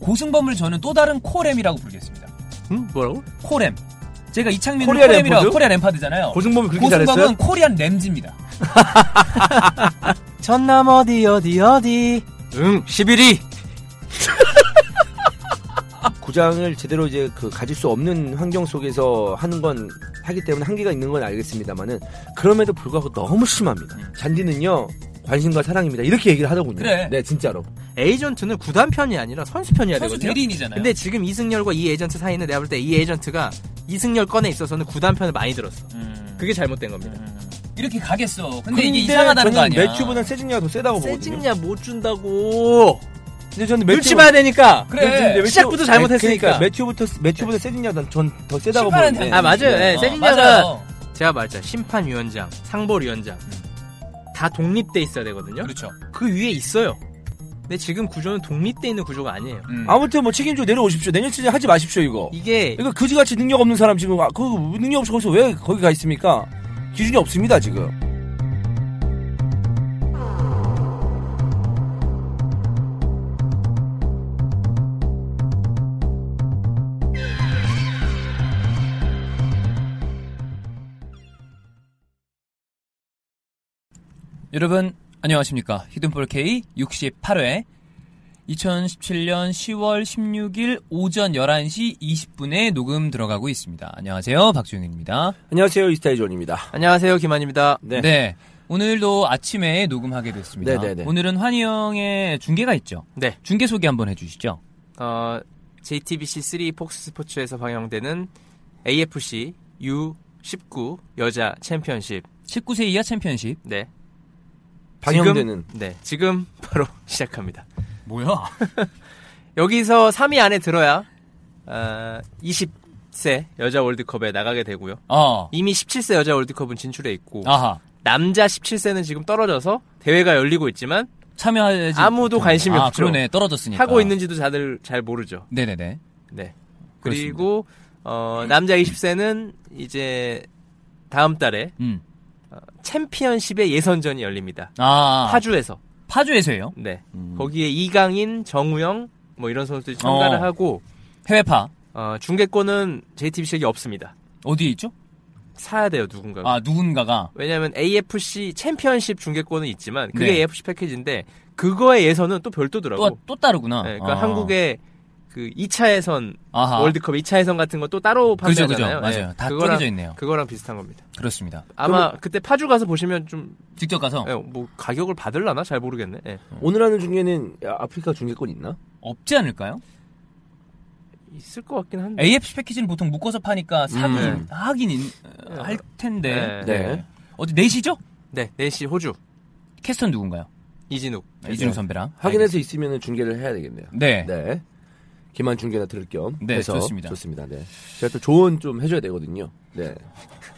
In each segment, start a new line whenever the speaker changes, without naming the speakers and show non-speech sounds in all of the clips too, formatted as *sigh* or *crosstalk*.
고승범을 저는 또 다른 코렘이라고 부르겠습니다.
음,
응? 뭐라고?
코렘. 제가 이창민은
코리아
코렘이라고
램파드?
코리아 램파드잖아요.
고승범이 그렇게
고승범은
잘했어요?
코리안 램지입니다.
전남 어디 어디 어디
응, 11위.
구장을 제대로 이제 그 가질 수 없는 환경 속에서 하는 건 하기 때문에 한계가 있는 건 알겠습니다만은 그럼에도 불구하고 너무 심합니다. 잔디는요 관심과 사랑입니다. 이렇게 얘기를 하더군요.
음. 그래.
네 진짜로.
에이전트는 구단 편이 아니라 선수 편이야
선수
되거든요.
대리인이잖아요.
근데 지금 이승열과 이 에이전트 사이는 내가 볼 때 이 에이전트가 이승열 건에 있어서는 구단 편을 많이 들었어.
음,
그게 잘못된 겁니다.
이렇게 가겠어. 근데, 이게 이상하다는 거 아니야?
매튜브는 세징야가 더 세다고 보거든요.
세징야 못 준다고
근데 저는
눈치 봐야 되니까.
그래.
근데
시작부터
매튜브-
잘못했으니까.
아니, 그러니까 매튜브부터 매튜브보다 세징야가 전더 세다고
심판은
뭐
보는데.
아 맞아요.
어,
네, 세징야가
맞아요.
제가 말했잖아 심판위원장, 상벌위원장 다 독립돼 있어야 되거든요.
그렇죠.
그 위에 있어요. 근데 지금 구조는 독립돼 있는 구조가 아니에요.
음.
아무튼 뭐 책임지고 내려오십시오. 내년 시즌 하지 마십시오 이거.
이게
이거 그지같이 능력 없는 사람 지금 아, 그 능력 없이 거기서 왜 거기 가 있습니까? 기준이 없습니다 지금.
여러분 안녕하십니까 히든볼 K 68회 2017년 10월 16일 오전 11시 20분에 녹음 들어가고 있습니다. 안녕하세요 박준입니다.
안녕하세요 이스타이 존입니다.
안녕하세요 김한입니다.
네.
네. 오늘도 아침에 녹음하게 됐습니다.
네네네.
오늘은 환희 형의 중계가 있죠.
네.
중계 소개 한번 해주시죠.
어, JTBC3 폭스스포츠에서 방영되는 AFC U19 여자 챔피언십.
19세 이하 챔피언십.
네.
방영되는
지금, 네. 지금 *laughs* 바로 시작합니다.
뭐야?
여기서 3위 안에 들어야 어, 20세 여자 월드컵에 나가게 되고요.
어.
이미 17세 여자 월드컵은 진출해 있고
아하.
남자 17세는 지금 떨어져서 대회가 열리고 있지만
참여하지.
아무도 관심이
아,
없죠.
그러네. 떨어졌으니까.
하고 있는지도 다들 잘 모르죠.
네네네.
네.
그렇습니다.
그리고 어, 남자 20세는 이제 다음 달에
음.
챔피언십의 예선전이 열립니다.
아. 음.
파주에서.
파주에서요.
네. 거기에 이강인, 정우영 뭐 이런 선수들이 참가를
어.
하고
해외파.
어, 중계권은 JTBC에게 없습니다.
어디에 있죠?
사야 돼요 누군가가.
아, 누군가가.
왜냐하면 AFC 챔피언십 중계권은 있지만 그게
네.
AFC 패키지인데 그거의 예선은 또 별도더라고.
또, 또 따르구나.
네, 그러니까
아.
한국의 그 2차 예선
아하.
월드컵 2차 예선 같은 거 또 따로
그죠, 그죠.
판매하잖아요. 예,
맞아요. 다
그거랑-
쪼개져 있네요.
그거랑 비슷한 겁니다.
그렇습니다.
아마 그때 파주 가서 보시면 좀 뭐
직접 가서
가격을 받을라나 잘 모르겠네. 예.
오늘 하는 중에는 아프리카 중계권 있나?
없지 않을까요?
있을 것 같긴 한데.
AFC 패키지는 보통 묶어서 파니까 사긴
음.
하긴 인- 어, 할 텐데.
네.
네.
어디 4시죠?
네, 4시 호주
캐스터는 누군가요?
이진욱.
이준우 선배랑
확인해서 있으면 중계를 해야 되겠네요.
네.
네. 기만 중계나 들을 겸
네,
해서
좋습니다.
네. 제가 또 조언 좀 해줘야 되거든요. 네.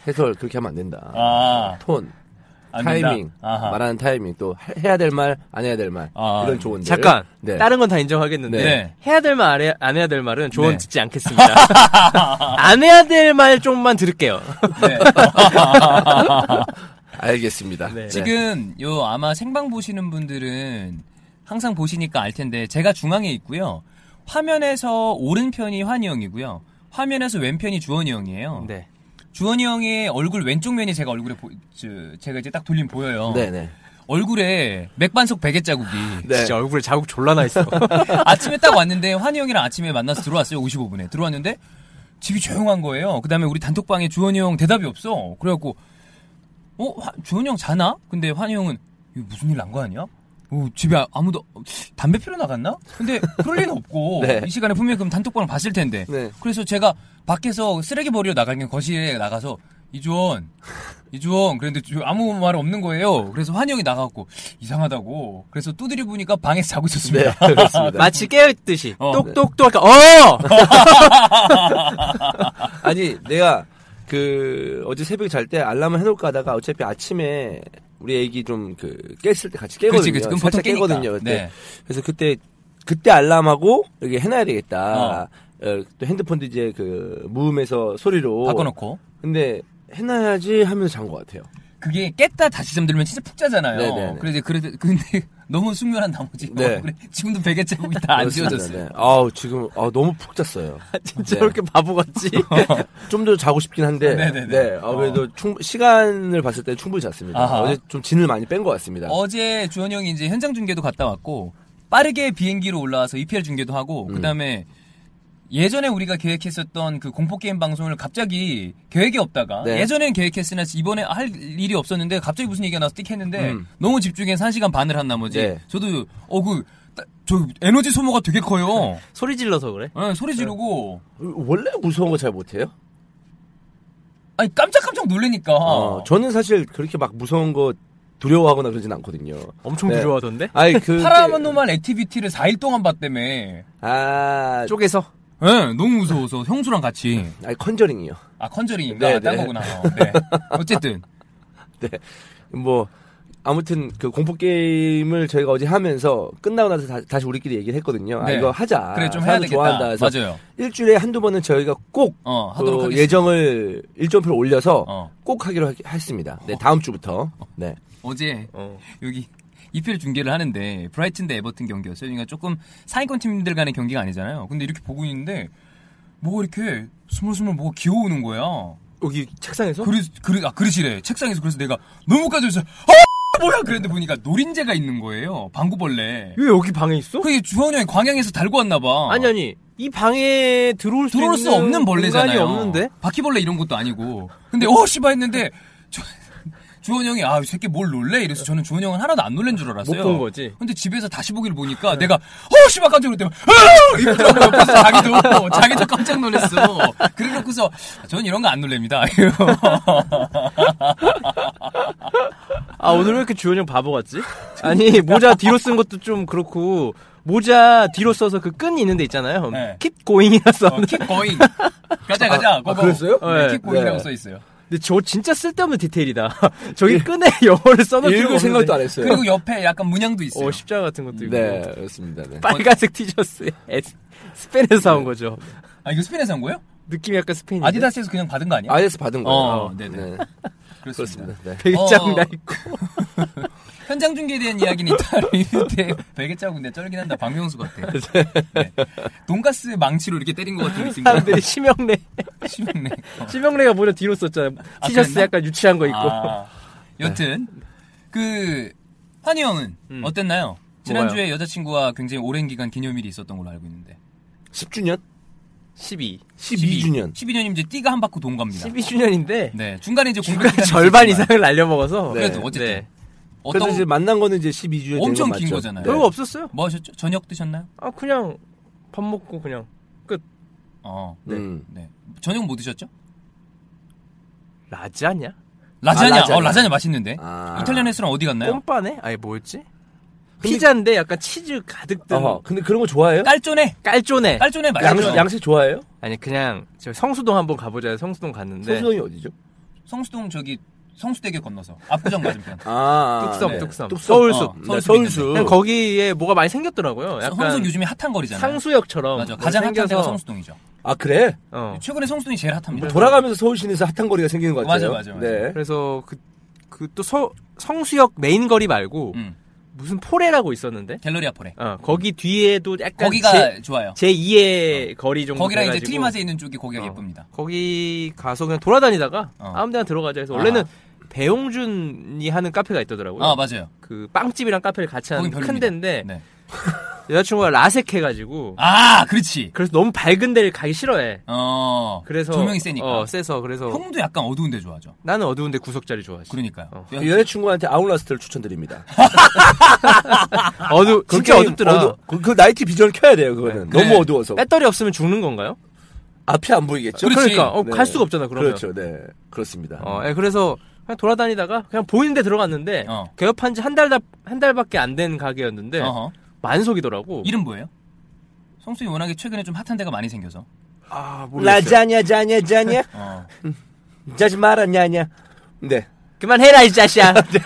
해설 그렇게 하면 안 된다.
아,
톤,
안 된다.
타이밍,
아하.
말하는 타이밍, 또 하- 해야 될 말, 안 해야 될 말,
아,
이런 조언들.
잠깐.
네.
다른 건 다 인정하겠는데
네.
해야 될 말 안 해야, 안 해야 될 말은 조언
네.
듣지 않겠습니다. 안 해야 될 말 좀만 들을게요.
네.
알겠습니다. 네.
지금 요 아마 생방 보시는 분들은 항상 보시니까 알 텐데 제가 중앙에 있고요. 화면에서 오른편이 환희 형이고요. 화면에서 왼편이 주원이 형이에요.
네.
주원이 형의 얼굴 왼쪽 면이 제가 얼굴에 보, 저, 제가 이제 딱 돌림 보여요.
네, 네.
얼굴에 맥반석 베개 자국이
네.
진짜 얼굴에 자국 졸라 나 있어.
아침에 딱 왔는데 환희 형이랑 아침에 만나서 들어왔어요. 55분에 들어왔는데 집이 조용한 거예요. 그다음에 우리 단톡방에 주원이 형 대답이 없어. 그래갖고 어 화- 주원이 형 자나? 근데 환희 형은 이거 무슨 일 난 거 아니야? 어, 집에 아- 아무도 담배 피러 나갔나? 근데 그럴 리는 없고
*laughs* 네.
이 시간에 분명히 그럼 단톡방을 봤을 텐데
네.
그래서 제가 밖에서 쓰레기 버리러 나가긴 거실에 나가서 이주원, 이주원. 그런데 주- 아무 말 없는 거예요. 그래서 환영이 나갔고 이상하다고. 그래서 두드려 보니까 방에서 자고
네, *laughs*
있었습니다.
그렇습니다.
마치 깨어있듯이
어.
똑똑똑 할까 어 *laughs*
아니 내가 그 어제 새벽에 잘 때 알람을 해놓을까 하다가 어차피 아침에 우리 애기 좀 그 깼을 때 같이 깨거든요.
그렇지, 그렇지. 그럼 보통
살짝
깨니까.
깨거든요. 그때.
네.
그래서 그때 그때 알람하고 여기 해놔야 되겠다.
어.
어, 또 핸드폰도 이제 그 무음에서 소리로
바꿔놓고.
근데 해놔야지 하면서 잔 것 같아요.
그게 깼다 다시 잠들면 진짜 푹 자잖아요.
네네네.
그래서 이제 그래도 근데 *laughs* 너무 숙면한 나머지
네.
*laughs* 그래, 지금도 베개 자국이 다 아, 안
그렇습니다.
지워졌어요.
네. 아우 지금 아, 너무
*laughs*
푹 잤어요.
진짜
네.
왜 이렇게 바보 같지?
*laughs* 좀 더 자고 싶긴 한데
네네네. 어.
네. 아, 그래도 충- 시간을 봤을 때 충분히 잤습니다.
아하.
어제 좀 진을 많이 뺀 것 같습니다.
어제 주원 형이 이제 현장 중계도 갔다 왔고 빠르게 비행기로 올라와서 EPL 중계도 하고 그다음에 예전에 우리가 계획했었던 그 공포 게임 방송을 갑자기 계획이 없다가
네.
예전엔 계획했으나 이번에 할 일이 없었는데 갑자기 무슨 얘기가 나와서 띡 했는데
음.
너무 집중해서 1시간 반을 한 나머지
네.
저도 어 그 저 에너지 소모가 되게 커요.
네.
소리 질러서 그래.
예, 소리 지르고
원래 무서운 거 잘 못해요?
아니 깜짝깜짝 놀래니까
어, 저는 사실 그렇게 막 무서운 거 두려워하거나 그러진 않거든요.
엄청
네.
두려워하던데?
아니
*laughs*
그
파라노말 액티비티를 4일 동안 봤다며 예,
아,
쪽에서
너무 무서워서 형수랑 같이
아니 컨저링이요.
아 컨저링인가 아,
네,
딴
네.
*laughs* 거구나 어, 네. 어쨌든
네. 뭐 아무튼 그 공포 게임을 저희가 어제 하면서 끝나고 나서 다, 시 우리끼리 얘기를 했거든요.
네.
아, 이거 하자.
그래 좀 해야
사람들
되겠다
좋아한다 해서
맞아요
일주일에 한두 번은 저희가 꼭
어
그
하도록 하겠습니다
예정을 일정표를 올려서
어.
꼭 하기로 하- 했습니다. 네, 다음 주부터. 네.
어제
어.
여기 EPL 중계를 하는데 브라이튼 대 에버튼 경기였어요 그러니까 조금 상위권 팀들 간의 경기가 아니잖아요 근데 이렇게 보고 있는데 뭐가 이렇게 스물스물 뭐가 기어오는 거야
여기 책상에서
그릇, 그릇, 아, 그릇이래. 책상에서 그래서 내가 너무 까져서, 어! 뭐야! 그랬는데 보니까 노린재가 있는 거예요. 방구벌레.
왜 여기 방에 있어?
그게 주원이 형이 광양에서 달고 왔나봐.
아니 아니 이 방에 들어올 수,
들어올 수 없는 벌레잖아요.
공간이 없는데
바퀴벌레 이런 것도 아니고. 근데, 어, 씨바 했는데, 주- *laughs* 주원이 형이, 아, 이 새끼 뭘 놀래? 이래서 저는 주원이 형은 하나도 안 놀란 줄 알았어요.
못 본 거지.
근데 집에서 다시 보기를 보니까 내가, 어, 씨바 깜짝 놀랐더니, 어! 이러더라고. 옆에서 자기도, 자기도 깜짝 놀랐어. 그래놓고서, 저는 이런 거 안 놀랍니다. *laughs*
아 오늘 왜 이렇게 주현이 형 바보 같지? *laughs* 아니 모자 뒤로 쓴 것도 좀 그렇고 모자 뒤로 써서 그 끈 있는 데 있잖아요.
네.
킵 고잉이라 써.
어, 킵 고잉. 가자 가자. 고고.
그랬어요?
네, 킵 고잉이라고
네.
써 있어요.
근데 저 진짜 쓸데없는 디테일이다. *laughs* 저기 끈에 영어를 써놓을 필요가
읽을 생각도 안
없는데.
했어요.
그리고 옆에 약간 문양도 있어요.
어 십자 가 같은 것도 있고
네, 그렇습니다. 네.
빨간색 티셔츠에 에스- 스페인에서 사온 거죠.
아 이거 스페인에서 한 거예요?
느낌이 약간 스페인. *laughs*
아디다스에서 그냥 받은 거 아니야?
IS 받은 거예요.
어, 네네. 그렇습니다.
그렇습니다. 네.
배짱
어.
나 있고.
현장 중계에 대한 *laughs* 이야기는 일단 리뷰 때 베개 짜고인데 쩔긴 한다. 박명수 같아. 네. 돈가스 망치로 이렇게 때린 것 같은 느낌.
사람들이 *laughs* 심형래.
*laughs* 심했네. 어.
심형래가 모자 뒤로 썼잖아요.
아,
티셔츠
그랬나?
약간 유치한 거 있고.
아, 여튼 그 환희 형은
음.
어땠나요? 지난주에 여자친구와 굉장히 오랜 기간 기념일이 있었던 걸로 알고 있는데
10주년?
12.
12주년.
12년이면 이제 띠가 한 바퀴 돈 겁니다.
12주년인데
네, 중간에 이제 공백
중간
기간이
*laughs*
있었지만
절반 이상을 날려먹어서.
네.
그래도 어쨌든
네.
그래서
어떤
이제 만난 거는 이제 12주년 된거
엄청
맞죠? 네.
긴 거잖아요.
별거 없었어요.
뭐 하셨죠? 저녁 드셨나요?
아 그냥 밥 먹고 그냥
어,
네. 음.
네. 저녁 뭐 드셨죠?
라자냐?
라자냐.
아, 라자냐.
어, 라자냐 맛있는데.
아.
이탈리안 레스토랑 어디 갔나요?
꼼빠네? 아니 뭐였지? 피자인데 약간 치즈 가득 든
어허, 근데 그런 거 좋아해요?
깔조네.
깔조네.
깔조네
양식,
맛있죠.
양식 좋아해요?
아니 그냥 저 성수동 한번 가보자. 해서 성수동 갔는데
성수동이 어디죠?
성수동 저기 성수대교 건너서 압구정 맞은편.
아,
뚝섬,
네.
뚝섬.
뚝섬.
서울숲.
어,
네,
서울숲
서울숲.
그냥 거기에 뭐가 많이 생겼더라고요.
성수동
*laughs* 약간
요즘에 핫한 거리잖아요.
상수역처럼
맞아.
뭐
가장 핫한 데가
생겨서
성수동이죠.
아, 그래? 뭐
어. 뭐
최근에 성수동이 제일 핫합니다.
돌아가면서 서울 시내에서 핫한 거리가 생기는 것 같아요.
네. 맞아, 맞아, 맞아.
네.
그래서 그 그 또 성수역 메인 거리 말고
음.
무슨 포레라고 있었는데
갤러리 아포레.
어, 거기 뒤에도 약간
거기가
제,
좋아요.
제 2의 거리 정도
거기랑 이제
돼가지고
트리마제 있는 쪽이 거기가
어.
예쁩니다.
거기 가서 그냥 돌아다니다가
어.
아무 데나 들어가자 해서 원래는 배용준이 하는 카페가 있더라고요.
아, 맞아요.
그 빵집이랑 카페를 같이 하는
거긴
큰
별로입니다.
데인데
네.
여자친구가 라섹해가지고
아, 그렇지.
그래서 너무 밝은 데를 가기 싫어해.
어.
그래서
조명이 세니까.
어, 세서 그래서
형도 약간 어두운 데 좋아하죠.
나는 어두운데 구석자리 좋아하지.
그러니까요.
어.
여-
연애친구한테 아웃라스트를 추천드립니다.
어두
그
진짜
게임
어둡더라.
어두- 그, 그 나이트 비전을 켜야 돼요, 그거는.
네.
너무 어두워서.
배터리 없으면 죽는 건가요?
앞이 안 보이겠죠?
그렇지.
그러니까 어,
네.
갈 수가 없잖아 그러면.
그렇죠. 네. 그렇습니다.
어, 예, 그래서 그냥 돌아다니다가 그냥 보이는데 들어갔는데
어.
개업한 지 한 달 한 달밖에 안 된 가게였는데
어허.
만석이더라고.
이름 뭐예요? 성수이 워낙에 최근에 좀 핫한 데가 많이 생겨서.
아, 라자냐, 자냐, 자냐?
어.
자지 마라, 냐냐. 네.
그만해라 이
*laughs*
자식아.
네.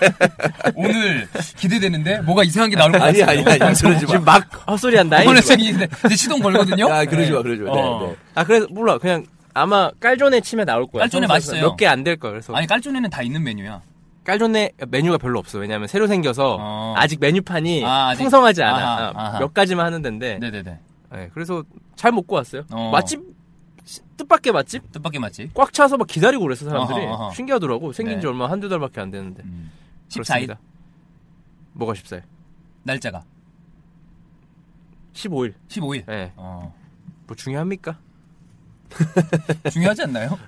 오늘 기대되는데 뭐가 이상한 게 나올 것
아니,
같아요.
아니, 아니. 그러지 마.
지금 막 헛소리 한다.
오늘 생기는데 이제 시동 걸거든요.
아, 그러지 마, 그러지 마. 네,
어.
네.
아 그래서 몰라 그냥 아마 깔존에 치면 나올 거야.
깔존에 맛있어요.
몇개 안 될 거야. 그래서
아니 깔존에는 다 있는 메뉴야.
깔존에 메뉴가 별로 없어. 왜냐면 새로 생겨서
어.
아직 메뉴판이
아, 아직-
풍성하지 않아.
아하,
아,
아하.
몇 가지만 하는 데인데.
네네네.
예, 그래서 잘 먹고 왔어요.
어.
맛집 시- 뜻밖의 맛집
뜻밖의 맛집.
꽉 차서 막 기다리고 그랬어 사람들이.
어허, 어허.
신기하더라고. 생긴
네.
지 얼마 한두 달밖에 안 됐는데.
음. 14일
그렇습니다. 뭐가 14일?
날짜가
15일.
15일.
예.
네.
어.
뭐 중요합니까?
중요하지 않나요?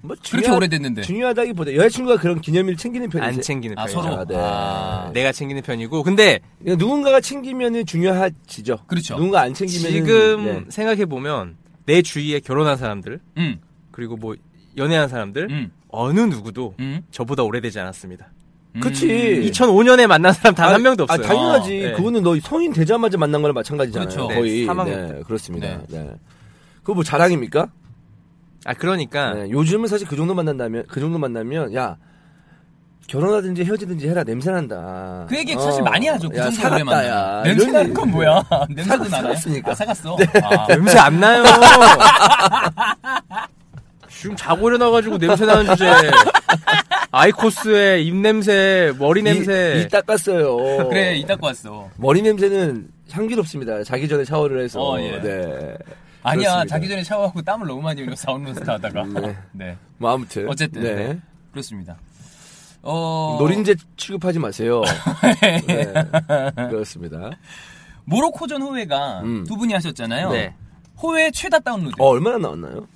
뭐
그렇게
중요하-
오래됐는데.
중요하다기보다 여자친구가 그런 기념일 챙기는 편이지.
안 챙기는
아,
편이죠.
서로.
네.
아, 내가 챙기는 편이고 근데
그러니까 누군가가 챙기면은 중요하지죠.
그렇죠.
누군가 안 네. 챙기면
지금
예.
생각해 보면 내 주위에 결혼한 사람들
음.
그리고 뭐 연애한 사람들
음.
어느 누구도
음.
저보다 오래되지 않았습니다.
음.
그치.
2005년에 만난 사람 단
예. 아,
한 명도
아,
없어요.
당연하지.
어, 네.
그거는 너 성인 되자마자 만난 거랑 마찬가지잖아요.
그렇죠.
거의.
네, 사망했죠.
네, 그렇습니다. 네. 그거 뭐 자랑입니까?
아 그러니까
네, 요즘은 사실 그 정도 만난다면 그 정도 만나면 야 결혼하든지 헤어지든지 해라 냄새 난다.
그 얘기 사실 많이 하죠. 그
어. 야,
정도 오래
사갔다, 야.
만나. 냄새
이런
나는 건
얘기. 네.
뭐야? *laughs* 냄새도
사-
나나요?
사갔으니까. 네.
아, 사갔어. 아.
냄새 안 나요. *laughs* 지금 자고 일어나가지고 냄새 나는 주제. 아이코스에 입 냄새, 머리
이,
냄새.
이
*laughs*
닦았어요.
그래, 이 닦고 왔어.
머리 냄새는 향기롭습니다. 자기 전에 샤워를 해서.
어, 예.
네.
아니야,
그렇습니다.
자기 전에 샤워하고 땀을 너무 많이 흘려 사우나스타 하다가.
네.
네.
뭐 아무튼.
어쨌든
네.
네. 그렇습니다. 어
노린재
*laughs*
취급하지 마세요. 네. 그렇습니다.
모로코전 호회가
음.
두 분이 하셨잖아요.
네.
호회 최다 다운로드.
어, 얼마나 나왔나요?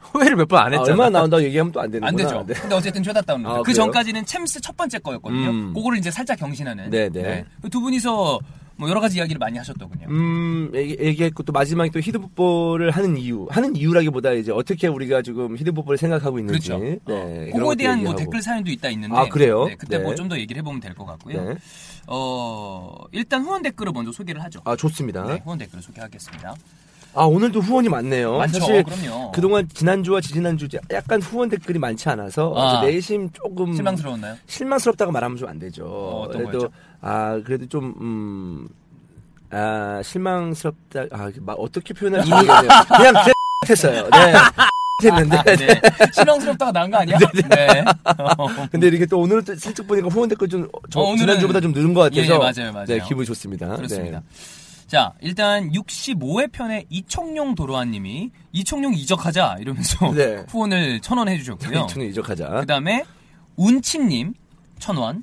후회를 몇 번 안
아,
했잖아.
얼마나 나온다고 얘기하면 또 안 되는구나.
안 되죠.
네.
근데 어쨌든 최다 다운로드.
아,
그
그래요?
전까지는 챔스 첫 번째 거였거든요.
음.
그거를 이제 살짝 경신하는.
네, 네.
그두 분이서 뭐 여러 가지 이야기를 많이 하셨더군요.
음, 얘기, 했고또 마지막에 또 히든풋볼을 하는 이유. 하는 이유라기보다 이제 어떻게 우리가 지금 히든풋볼을 생각하고 있는지.
그렇죠.
네. 그런
그거에
것도
대한 뭐
얘기하고.
댓글 사연도 있다 있는데.
아, 그래요?
네, 그때 뭐
네.
좀 더 얘기를 해보면 될 것 같고요.
네.
어 일단 후원 댓글을 먼저 소개를 하죠.
아, 좋습니다.
네, 후원 댓글을 소개하겠습니다.
아, 오늘도 후원이 많네요.
많죠.
사실
그럼요.
그동안 지난주와 지지난주 이제 약간 후원 댓글이 많지 않아서
아.
이제 내심 조금
실망스러웠나요?
실망스럽다고 말하면 좀 안 되죠.
어떤
그래도
거였죠?
아 그래도 좀 음. 아 실망스럽다. 아 이게 막
*laughs*
어떻게 표현할 이유가 없네요. 그냥 *laughs* 했어요. 네. *laughs* 했는데.
네. 실망스럽다가 난 거 아니야? 네.
*laughs*
어,
근데 이렇게 또 오늘은 또 슬쩍 보니까 후원 댓글 좀 저,
어, 오늘은-
지난주보다 좀 늘은 것 같아서
예, 예, 맞아요, 맞아요.
네 기분이 좋습니다. 네.
그렇습니다. 자, 일단 65회 편에 이청용 도로아님이 이청용 이적하자 이러면서
*laughs* 네.
*laughs* 후원을 천 원
네.
해주셨고요.
*laughs* 이천년 이적하자.
그 다음에 운치님 천 원,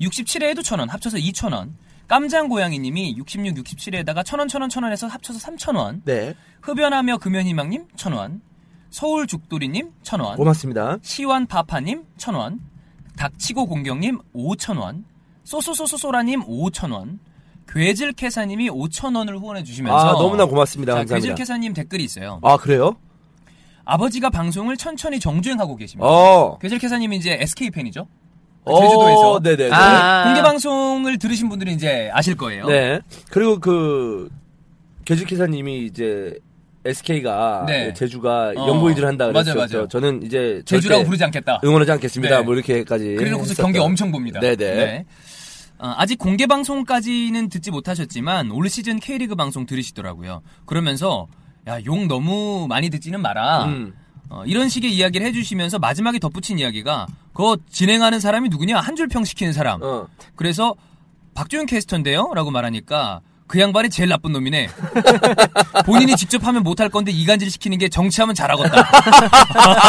67회에도 천 원, 합쳐서 2천 원. 깜장 고양이님이 66, 67회에다가 천 원, 천 원, 천 원에서 합쳐서 3천 원.
네
흡연하며 금연희망님 천 원, 서울 죽돌이님 천 원.
고맙습니다.
시완 파파님 1,000원, 닥치고 공경님 5,000원, 소소소소소라님 5,000원, 괴질캐사님이 5,000원을 후원해 주시면서
아 너무나 고맙습니다.
자,
감사합니다.
괴질캐사님 댓글이 있어요.
아 그래요?
아버지가 방송을 천천히 정주행하고 계십니다.
어.
괴질캐사님이 이제 SK 팬이죠.
어,
음. 제주도에서.
네네.
아, 아, 아.
공개 방송을 들으신 분들은 이제 아실 거예요.
네. 그리고 그 겨지기사님이 이제 SK가
네.
제주가
어.
연구이들 한다
맞아요,
그랬죠.
맞아요.
저는 이제
제주라고
절대
부르지 않겠다.
응원하지 않겠습니다.
네.
뭐 이렇게까지.
그래놓고서
했었던.
경기 엄청 봅니다.
네네.
어, 아직 공개 방송까지는 듣지 못하셨지만 올 시즌 K리그 방송 들으시더라고요. 그러면서 야 욕 너무 많이 듣지는 마라.
음.
어, 이런 식의 이야기를 해주시면서 마지막에 덧붙인 이야기가 그거 진행하는 사람이 누구냐 한 줄평 시키는 사람.
어.
그래서 박주영 캐스터인데요라고 말하니까 그 양반이 제일 나쁜 놈이네. *laughs* 본인이 직접 하면 못할 건데 이간질 시키는 게 정치하면 잘하겠다. *laughs*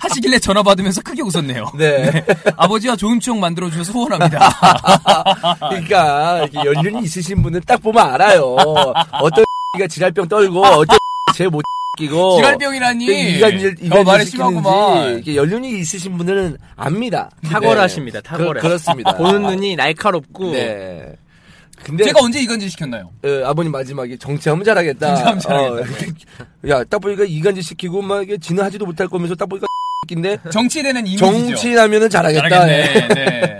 하시길래 전화 받으면서 크게 웃었네요.
*laughs* 네.
아버지와 좋은 추억 만들어 주셔서
*laughs*
후원합니다. 아,
그러니까 이렇게 연륜이 있으신 분은 딱 보면 알아요. 어떤 *laughs* 가 지랄병 떨고 어떤 *laughs* 제못 끼고
지랄병이라니.
어. 그 이간질
어, 말이
이간질
심하구만. 네.
시키는지 이게 연륜이 있으신 분은 압니다. 네.
탁월하십니다,
*laughs*
탁월해.
그, 렇습니다
보는 눈이 날카롭고
네. 근데
제가 언제 이간질 시켰나요?
에, 아버님 마지막에 정치하면 잘하겠다.
정치하면 잘하겠다.
어, *laughs* 야, 딱 보니까 이간질 시키고 막 이게 지는 하지도 못할 거면서 딱 보니까 *laughs* 인데
정치되는 이미지죠.
정치하면은 잘하겠다.
잘하겠네. 네.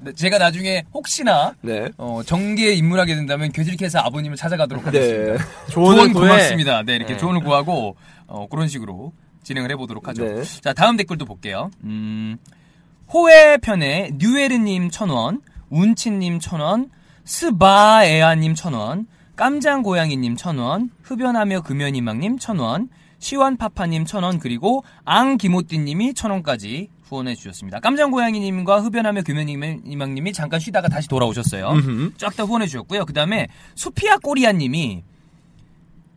네. 제가 나중에 혹시나
네.
어, 정계에 입문하게 된다면 괴질캐서 아버님을 찾아가도록 하겠습니다.
네.
조언
구해.
고맙습니다. 네, 이렇게 조언을 구하고 어, 그런 식으로 진행을 해보도록 하죠.
네.
자, 다음 댓글도 볼게요. 음, 호의 편에 뉴에르님 천원, 운치님 천원, 스바에아님 천원, 깜장고양이님 천원, 흡연하며 금연희망님 천원, 시완파파님 천원 그리고 앙기모띠님이 천원까지 후원해 주셨습니다. 깜장고양이님과 흡연하며 금연희망님이 잠깐 쉬다가 다시 돌아오셨어요. 쫙 다 후원해 주셨고요. 그 다음에 수피아 꼬리아님이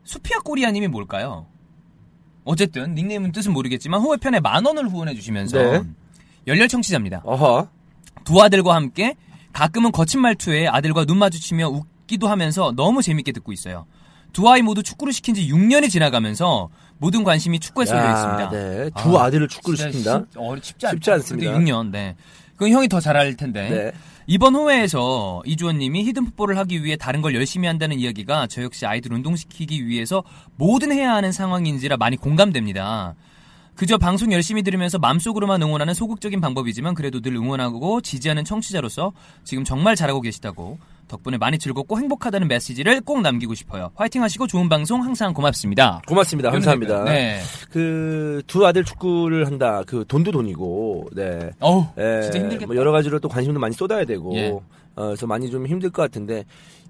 수피아 꼬리아님이 뭘까요? 어쨌든 닉네임은 뜻은 모르겠지만 호회편에 만 원을 후원해 주시면서
네.
열렬 청취자입니다.
어허.
두 아들과 함께 가끔은 거친 말투에 아들과 눈 마주치며 웃기도 하면서 너무 재밌게 듣고 있어요. 두 아이 모두 축구를 시킨 지 6년이 지나가면서 모든 관심이 축구에 쏠려 있습니다.
네. 두
아,
아, 들을 축구를
진짜
시킨다.
쉽- 어, 쉽지, 않,
쉽지 않습니다.
6년, 네. 그건 형이 더 잘할 텐데.
네.
이번 호회에서 이주원님이 히든풋볼을 하기 위해 다른 걸 열심히 한다는 이야기가 저 역시 아이들 운동시키기 위해서 뭐든 해야 하는 상황인지라 많이 공감됩니다. 그저 방송 열심히 들으면서 마음속으로만 응원하는 소극적인 방법이지만 그래도 늘 응원하고 지지하는 청취자로서 지금 정말 잘하고 계시다고 덕분에 많이 즐겁고 행복하다는 메시지를 꼭 남기고 싶어요. 화이팅 하시고 좋은 방송 항상 고맙습니다.
고맙습니다. 감사합니다.
네.
그 두 아들 축구를 한다. 그 돈도 돈이고. 네.
어우,
예,
진짜 힘들겠다.
뭐 여러 가지로 또 관심도 많이 쏟아야 되고
예.
어, 그래서 많이 좀 힘들 것 같은데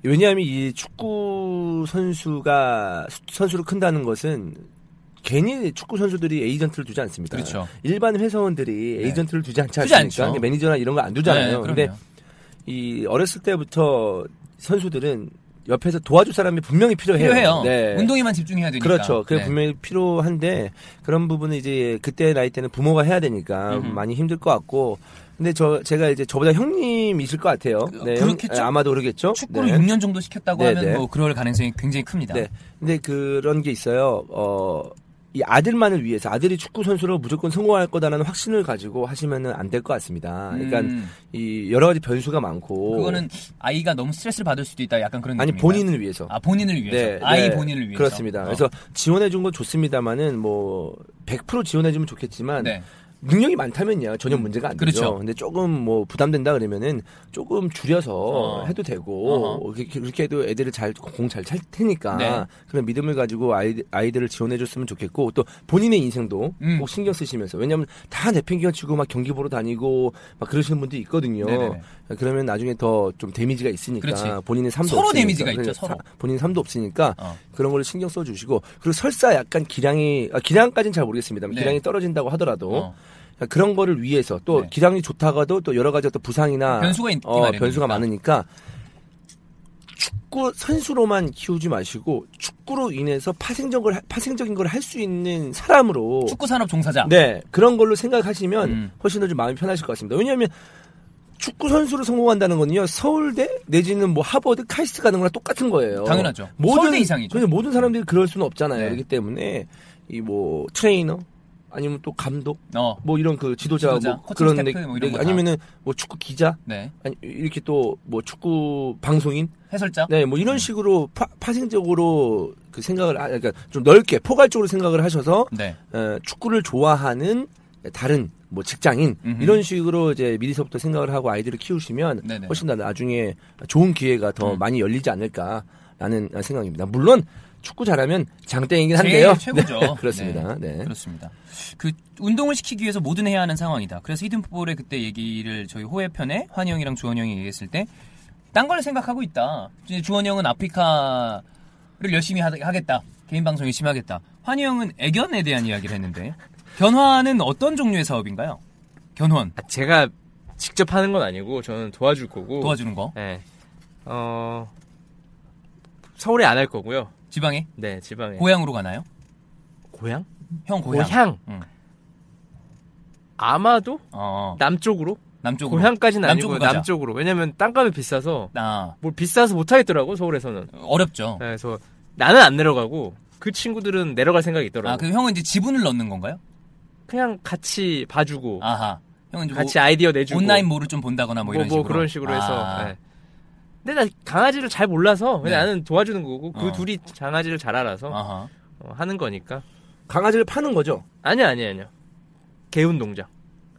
왜냐하면 이 축구 선수가 수- 선수로 큰다는 것은 괜히 축구 선수들이 에이전트를 두지 않습니다.
그렇죠. 네.
일반 회사원들이 에이전트를 두지 않지
두지
않습니까?
않죠.
매니저나 이런 거 안 두잖아요.
네,
근데
그럼요.
이 어렸을 때부터 선수들은 옆에서 도와줄 사람이 분명히 필요해요.
필요해요.
네.
운동에만 집중해야 되니까.
그렇죠. 그게
네.
분명히 필요한데 그런 부분은 이제 그때 나이 때는 부모가 해야 되니까
음흠.
많이 힘들 것 같고. 근데 저 제가 이제 저보다 형님이실 것 같아요. 형-
그렇겠죠?
네, 아마도 그러겠죠.
축구를
네.
6년 정도 시켰다고
네,
하면
네.
뭐 그럴 가능성이 굉장히 큽니다.
네. 근데 그런 게 있어요. 어. 이 아들만을 위해서 아들이 축구 선수로 무조건 성공할 거다라는 확신을 가지고 하시면은 안 될 것 같습니다.
음,
그러니까 이 여러 가지 변수가 많고
그거는 아이가 너무 스트레스를 받을 수도 있다. 약간 그런
아니
느낌인가요?
본인을 위해서
아 본인을 위해서 아이 본인을 위해서
네, 그렇습니다.
어.
그래서 지원해 준 건 좋습니다만은 뭐 100% 지원해 주면 좋겠지만
네.
능력이 많다면요 전혀 문제가 안 되죠.
그렇죠.
근데 조금 뭐 부담된다 그러면은 조금 줄여서
어.
해도 되고 이렇게, 이렇게 해도 애들을 잘 공 잘 찰 테니까
네.
그런 믿음을 가지고 아이 아이들을 지원해 줬으면 좋겠고 또 본인의 인생도
음.
꼭 신경 쓰시면서 왜냐하면 다 내팽겨 치고 막 경기 보러 다니고 막 그러시는 분도 있거든요.
네네네.
그러면 나중에 더 좀 데미지가 있으니까
그렇지.
본인의 삶도
서로
없으니까.
데미지가 있죠,
그러니까
서로.
사- 본인 삶도 없으니까
어.
그런 걸 신경 써주시고 그리고 설사 약간 기량이 아, 기량까지는 잘 모르겠습니다만
네.
기량이 떨어진다고 하더라도 그러니까
어.
그런 거를 위해서 또
네.
기량이 좋다가도 또 여러 가지 또 부상이나
변수가 있기
어,
마련이니까.
변수가 많으니까 축구 선수로만 키우지 마시고 축구로 인해서 파생적인 걸 파생적인 걸 할 수 있는 사람으로
축구 산업 종사자.
네 그런 걸로 생각하시면
아. 음.
훨씬 더 좀 마음이 편하실 것 같습니다. 왜냐하면 축구 선수로 성공한다는 건요 서울대 내지는 뭐 하버드 카이스트 가는 거랑 똑같은 거예요.
당연하죠. 서울대 이상이죠.
그래서 모든 사람들이 그럴 수는 없잖아요.
네.
그렇기 때문에 이 뭐 트레이너 아니면 또 감독
어.
뭐 이런 그 지도자,
지도자,
뭐
코칭
그런
스태프
데-
뭐 이런 거
데-
다.
아니면은 뭐 축구 기자
네.
아니 이렇게 또 뭐 축구 방송인
해설자.
네 뭐 이런 식으로 파, 파생적으로 그 생각을 하- 그러니까 좀 넓게 포괄적으로 생각을 하셔서
네.
어, 축구를 좋아하는 다른 뭐 직장인
음흠.
이런 식으로 이제 미리서부터 생각을 하고 아이들을 키우시면
네네. 음.
훨씬 더 나중에 좋은 기회가 더 많이 열리지 않을까라는 생각입니다. 물론 축구 잘하면 장땡이긴 한데요.
제일 최고죠.
네, *laughs* 그렇습니다. 네.
그렇습니다. 그 운동을 시키기 위해서 뭐든 해야 하는 상황이다. 그래서 히든풋볼의 그때 얘기를 저희 호회 편에 환희 형이랑 주원 형이 얘기했을 때 딴 걸 생각하고 있다. 이제 주원 형은 아프리카를 열심히 하- 하겠다. 개인 방송 열심히 하겠다. 환희 형은 애견에 대한 이야기를 했는데 견화는 어떤 종류의 사업인가요? 견원
아, 제가 직접 하는 건 아니고 저는 도와줄 거고.
도와주는 거
네. 어 서울에 안 할 거고요.
지방에
네 지방에.
고향으로 가나요?
고향?
형 고향.
고향.
응.
아마도
어,
남쪽으로.
남쪽으로.
고향까지는 아니고
남쪽으로 가자.
남쪽으로. 왜냐면 땅값이 비싸서
아,
뭘 비싸서 못 하겠더라고 서울에서는.
어렵죠.
네, 그래서 나는 안 내려가고 그 친구들은 내려갈 생각이 있더라고.
아, 그 형은 이제 지분을 넣는 건가요?
그냥 같이 봐주고
아하. 형은 이제 뭐-
같이 아이디어 내주고
온라인 뭐를 좀 본다거나 뭐
뭐,
이런
뭐
식으로
그런 식으로 해서
아,
네. 근데 나 강아지를 잘 몰라서 그냥
네.
나는 도와주는 거고 그
어.
둘이 강아지를 잘 알아서
아하.
어, 하는 거니까.
강아지를 파는 거죠.
아니 아니 아니요. 개운 동작.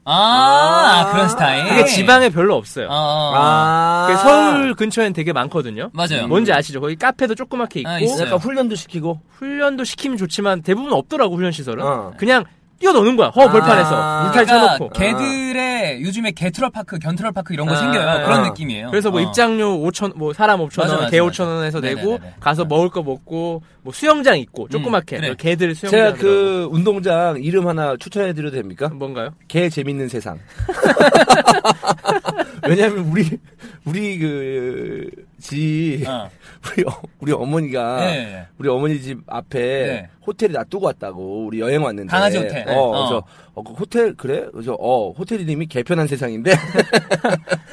아, 그런 스타일.
그게 지방에 별로 없어요.
어, 어, 어.
아,
그게 서울 근처엔 되게 많거든요. 음.
맞아요.
뭔지 아시죠? 거기 카페도 조그맣게 있고
아, 있어요.
약간 훈련도 시키고.
훈련도 시키면 좋지만 대부분 없더라고 훈련 시설은.
어.
그냥 뛰어노는 거야. 허
아,
벌판에서 물탈
그러니까
쳐놓고.
개들의 요즘에 개트럴 파크, 견트럴 파크 이런 거
아,
생겨요.
아,
그런
아.
느낌이에요.
그래서 뭐
어.
입장료 5천 뭐 사람 5천
맞아,
원,
맞아,
개
맞아.
5천 원에서 내고
네네네네.
가서
어.
먹을 거 먹고 뭐 수영장 있고 조그맣게
그래.
개들 수영장
제가 그 운동장 이름 하나 추천해드려도 됩니까?
뭔가요?
개 재밌는 세상. *laughs* 왜냐하면 우리 우리 그지
어.
우리 어- 우리 어머니가
예, 예.
우리 어머니 집 앞에
네.
호텔이 놔두고 왔다고 우리 여행 왔는데
강아지 호텔.
어,
네. 어.
그래서 어, 그 호텔 그래 그래서 어 호텔 이름이
*laughs*
개편한 세상인데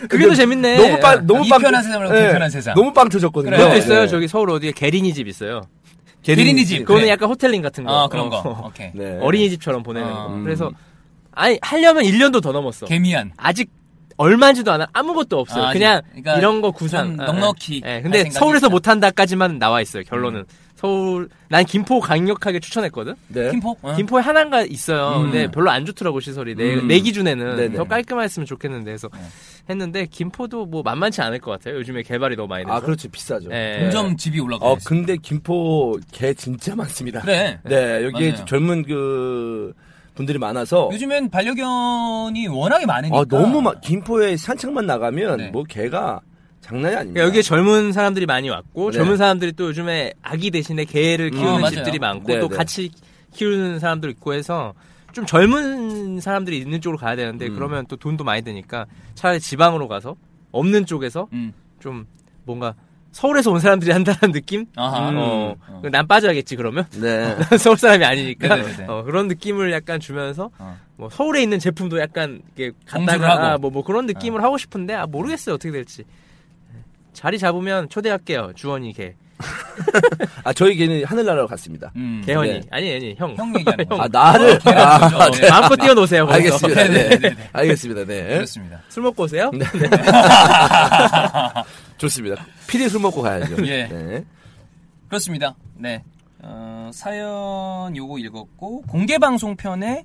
그게 더 재밌네.
너무
아,
빵 너무 빵 네.
이편한 세상 말고 개편한 세상.
너무 빵 터졌거든요.
그래요.
그것도 있어요.
네.
저기 서울 어디에 개린이 집 있어요.
개린이 집.
그거는
그래.
약간 호텔링 같은 거.
어, 그런 거. 오케이.
네.
*laughs* 어린이집처럼 보내는
어.
거.
음.
그래서 아니 하려면 1년도 더 넘었어.
개미안.
아직 얼마인지도 않아 아무것도 없어요.
아, 아직.
그냥
그러니까
이런 거 구상
좀
아,
넉넉히
예,
할
근데
생각이 음.
서울에서
있다.
못 한다까지만 나와 있어요. 결론은 서울 난 김포 강력하게 추천했거든.
네.
김포? 어.
김포에 하나가 있어요.
음.
근데 별로 안 좋더라고 시설이 내,
음.
내 기준에는
네네.
더 깔끔했으면 좋겠는데 해서
네.
했는데 김포도 뭐 만만치 않을 것 같아요. 요즘에 개발이 너무 많이 돼서.
아 그렇지 비싸죠.
예.
점점 집이 올라가고
어
있어.
근데 김포 개 진짜 많습니다.
그래.
네, 여기에
맞아요.
젊은 그 분들이 많아서
요즘엔 반려견이 워낙에 많으니까.
아, 너무 막 김포에 산책만 나가면
네.
뭐 개가 장난이 아닙니다.
그러니까 여기에 젊은 사람들이 많이 왔고
네.
젊은 사람들이 또 요즘에 아기 대신에 개를 키우는
맞아요.
집들이 많고
네,
또
네.
같이 키우는 사람도 있고 해서 좀 젊은 사람들이 있는 쪽으로 가야 되는데
음.
그러면 또 돈도 많이 드니까 차라리 지방으로 가서 없는 쪽에서
음.
좀 뭔가 서울에서 온 사람들이 한다는 느낌?
아하.
어.
어.
난 빠져야겠지 그러면
네.
난 *laughs* 서울 사람이 아니니까
네네네.
어, 그런 느낌을 약간 주면서
어.
뭐 서울에 있는 제품도 약간 이렇게
공주를
갖다가
하고.
뭐, 뭐 그런 느낌을 하고 싶은데 아 모르겠어요 어떻게 될지 자리 잡으면 초대할게요 주원이 개
아, 저희 개는 하늘나라로 갔습니다.
음. 어,
개헌이
네.
아니 아니 형, 어,
형 얘기하는 거.
아, 나를? 아,
마음껏 뛰어노세요 거기서.
알겠습니다. 네.
네네네.
알겠습니다. 네.
네. 그렇습니다.
*laughs* 술 먹고 오세요
좋습니다. 피디 술 먹고 가야죠.
*laughs* 예.
네.
그렇습니다. 네. 어, 사연 요거 읽었고 공개 방송 편에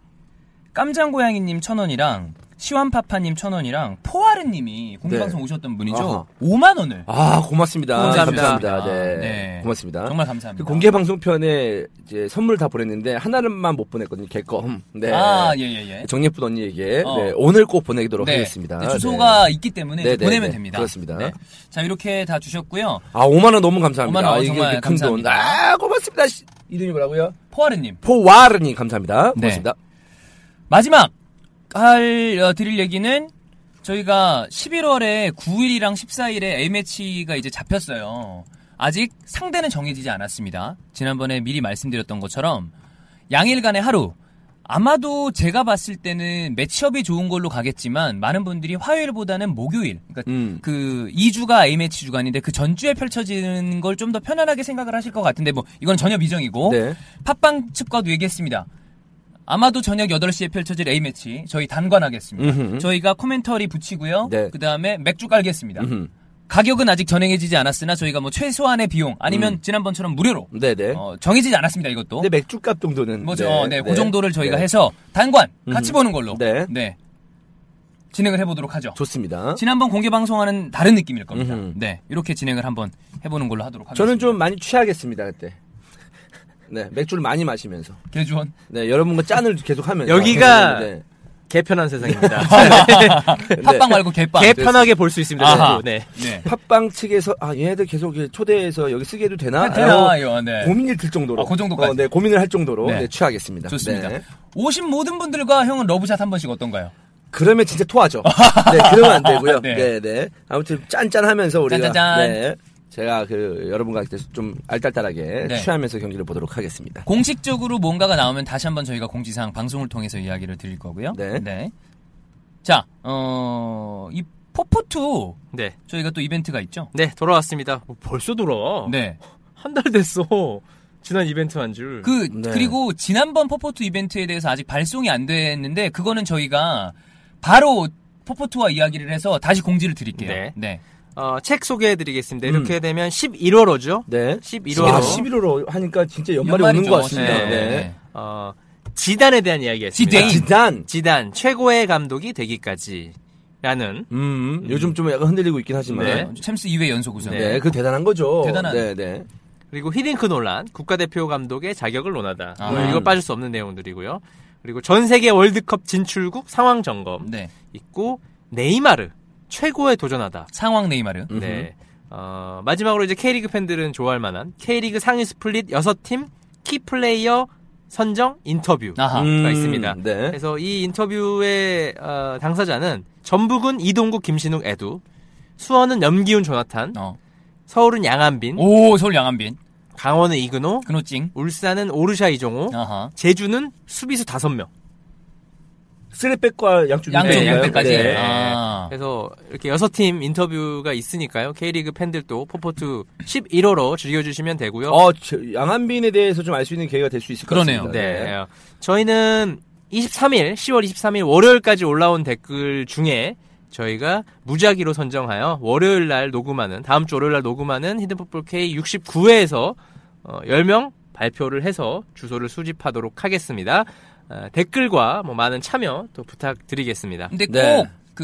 깜장 고양이님 천 원이랑 시완파파님 천 원이랑 포아르님이 공개
네.
방송 오셨던 분이죠.
아하.
오만 원을
아, 고맙습니다.
고맙습니다.
네.
네.
고맙습니다.
정말 감사합니다.
그 공개 방송 편에 이제 선물 다 보냈는데 하나만 못 보냈거든요. 개 거. 음. 네.
아 예예예.
정예쁜 언니에게
어.
네, 오늘 꼭 보내도록 하겠습니다.
네, 주소가 있기 때문에 이제
네, 네,
보내면
네.
됩니다.
그렇습니다.
자 이렇게 다 주셨고요.
아, 5만원 너무 감사합니다.
5만 원
아, 이게
정말
이렇게 큰 돈.
감사합니다.
아, 고맙습니다. 씨. 이름이 뭐라고요?
포아르님
포와르님
네.
감사합니다. 고맙습니다.
마지막 할 어, 드릴 얘기는 저희가 11월에 9일이랑 14일에 A매치가 이제 잡혔어요. 아직 상대는 정해지지 않았습니다. 지난번에 미리 말씀드렸던 것처럼 양일간의 하루 아마도 제가 봤을 때는 매치업이 좋은 걸로 가겠지만 많은 분들이 화요일보다는 목요일 그러니까
음.
그 2주가 A매치 주간인데 그 전주에 펼쳐지는 걸 좀 더 편안하게 생각을 하실 것 같은데 뭐 이건 전혀 미정이고
네.
팟빵 측과도 얘기했습니다. 아마도 저녁 8시에 펼쳐질 A매치 저희 단관하겠습니다.
음흠.
저희가 코멘터리 붙이고요.
네.
그다음에 맥주 깔겠습니다.
음흠.
가격은 아직 전행해지지 않았으나 저희가 뭐 최소한의 비용 아니면 지난번처럼 무료로
음. 네네.
어, 정해지지 않았습니다. 이것도.
근데 맥주값 정도는.
뭐죠? 어, 네. 그 정도를 저희가
네.
해서 단관 같이
음흠.
보는 걸로.
네.
진행을 해 보도록 하죠.
좋습니다.
지난번 공개 방송하는 다른 느낌일 겁니다.
음흠.
네. 이렇게 진행을 한번 해 보는 걸로 하도록 하겠습니다.
저는 좀 많이 취하겠습니다, 그때. 네, 맥주를 많이 마시면서.
개주원
*laughs* 네, 여러분과 짠을 계속 하면서.
여기가
네.
개편한 세상입니다 *laughs* 네.
팟빵 말고 개빵. 네.
개 편하게 볼 수 있습니다
아, 아하.
저도. 네.
네.
팟빵 측에서, 아, 얘네들 계속 이렇게 초대해서 여기 쓰게 해도 되나?
아, 되나?
라고
이거, 네.
고민이 들 정도로.
아, 그 정도까지.
어, 네, 고민을 할 정도로.
네.
네, 취하겠습니다.
좋습니다.
네.
오신 모든 분들과 형은 러브샷 한 번씩 어떤가요?
그러면
*laughs*
진짜 토하죠. 네, 그러면 안 되고요.
네.
네, 네. 아무튼 짠짠하면서 우리가
짠짠짠.
네. 제가 그 여러분과 이렇게 좀 알딸딸하게
네.
취하면서 경기를 보도록 하겠습니다.
공식적으로 뭔가가 나오면 다시 한번 저희가 공지사항 방송을 통해서 이야기를 드릴 거고요.
네.
자, 어, 이 포포2
네.
저희가 또 이벤트가 있죠.
네, 돌아왔습니다 뭐 벌써
어.
돌아와
네.
한 달 됐어 지난 이벤트 한줄
그
네.
그리고 지난번 포포2 이벤트에 대해서 아직 발송이 안 됐는데 그거는 저희가 바로 포포2와 이야기를 해서 다시 공지를 드릴게요.
네. 어, 책 소개해드리겠습니다. 이렇게 되면 11월호죠.
네.
11월호.
아, 11월로 하니까 진짜 연말이
연말이죠.
오는 것 같습니다.
네.
네.
어, 지단에 대한 이야기였습니다.
지단.
아, 지단.
지단 최고의 감독이 되기까지라는
음, 요즘 좀 약간 흔들리고 있긴 하지만.
네.
네.
챔스 2회 연속 우승.
그 대단한 거죠.
네. 대단한.
네, 네.
그리고 히딩크 논란 국가대표 감독의 자격을 논하다.
아.
오늘 이거 빠질 수 없는 내용들이고요. 그리고 전 세계 월드컵 진출국 상황 점검
네.
있고 네이마르 최고의 도전하다.
상황 네이마르.
음.
네. 어, 마지막으로 이제 K리그 팬들은 좋아할 만한 K리그 상위 스플릿 6팀 키 플레이어 선정 인터뷰.
아하.
음.
음,
있습니다.
네.
그래서 이 인터뷰의 어, 당사자는 전북은 이동국 김신욱 에두, 수원은 염기훈 조나탄,
어.
서울은 양한빈,
오, 서울 양한빈.
강원은 이근호,
근호찡.
울산은 오르샤 이종호,
아하.
제주는 수비수 다섯 명.
쓰레백과 양쪽
양쪽
네,
양배까지.
네.
아.
그래서 이렇게 여섯 팀 인터뷰가 있으니까요. K리그 팬들도 포포트 11호로 즐겨주시면 되고요.
어, 저- 양한빈에 대해서 좀 알 수 있는 계기가 될 수 있을 것
그러네요.
같습니다.
네. 어, 저희는 23일, 10월 23일 월요일까지 올라온 댓글 중에 저희가 무작위로 선정하여 월요일 날 녹음하는 다음 주 월요일 날 녹음하는 히든풋볼 K 69회에서 어, 10명 발표를 해서 주소를 수집하도록 하겠습니다. 어, 댓글과 뭐 많은 참여 또 부탁드리겠습니다.
근데
네.
꼭 그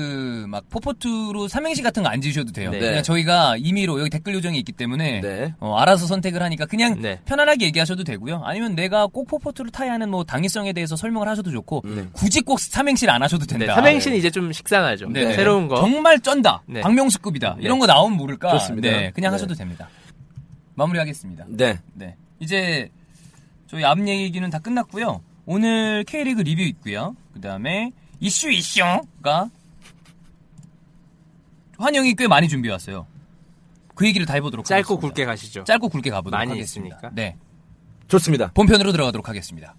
막 포포트로 삼행시 같은 거 안 지으셔도 돼요.
네.
그냥 저희가 임의로 여기 댓글 요정이 있기 때문에
네.
어, 알아서 선택을 하니까 그냥
네.
편안하게 얘기하셔도 되고요. 아니면 내가 꼭 포포트를 타야 하는 뭐 당위성에 대해서 설명을 하셔도 좋고 굳이 꼭 삼행시를 안 하셔도
네,
된다.
삼행시는 이제 좀 식상하죠.
네, 네.
새로운 거.
정말 쩐다.
네.
박명수급이다.
네.
이런 거 나오면 모를까.
좋습니다.
네, 그냥
네.
하셔도 됩니다. 마무리하겠습니다.
네.
네. 이제 저희 앞 얘기는 다 끝났고요. 오늘 K리그 리뷰 있고요. 그다음에 이슈 이슈가 환영이 꽤 많이 준비해 왔어요. 그 얘기를 다 해보도록
짧고
하겠습니다.
굵게 가시죠.
짧고 굵게 가보도록
많이
하겠습니다.
있으니까.
네.
좋습니다.
본편으로 들어가도록 하겠습니다.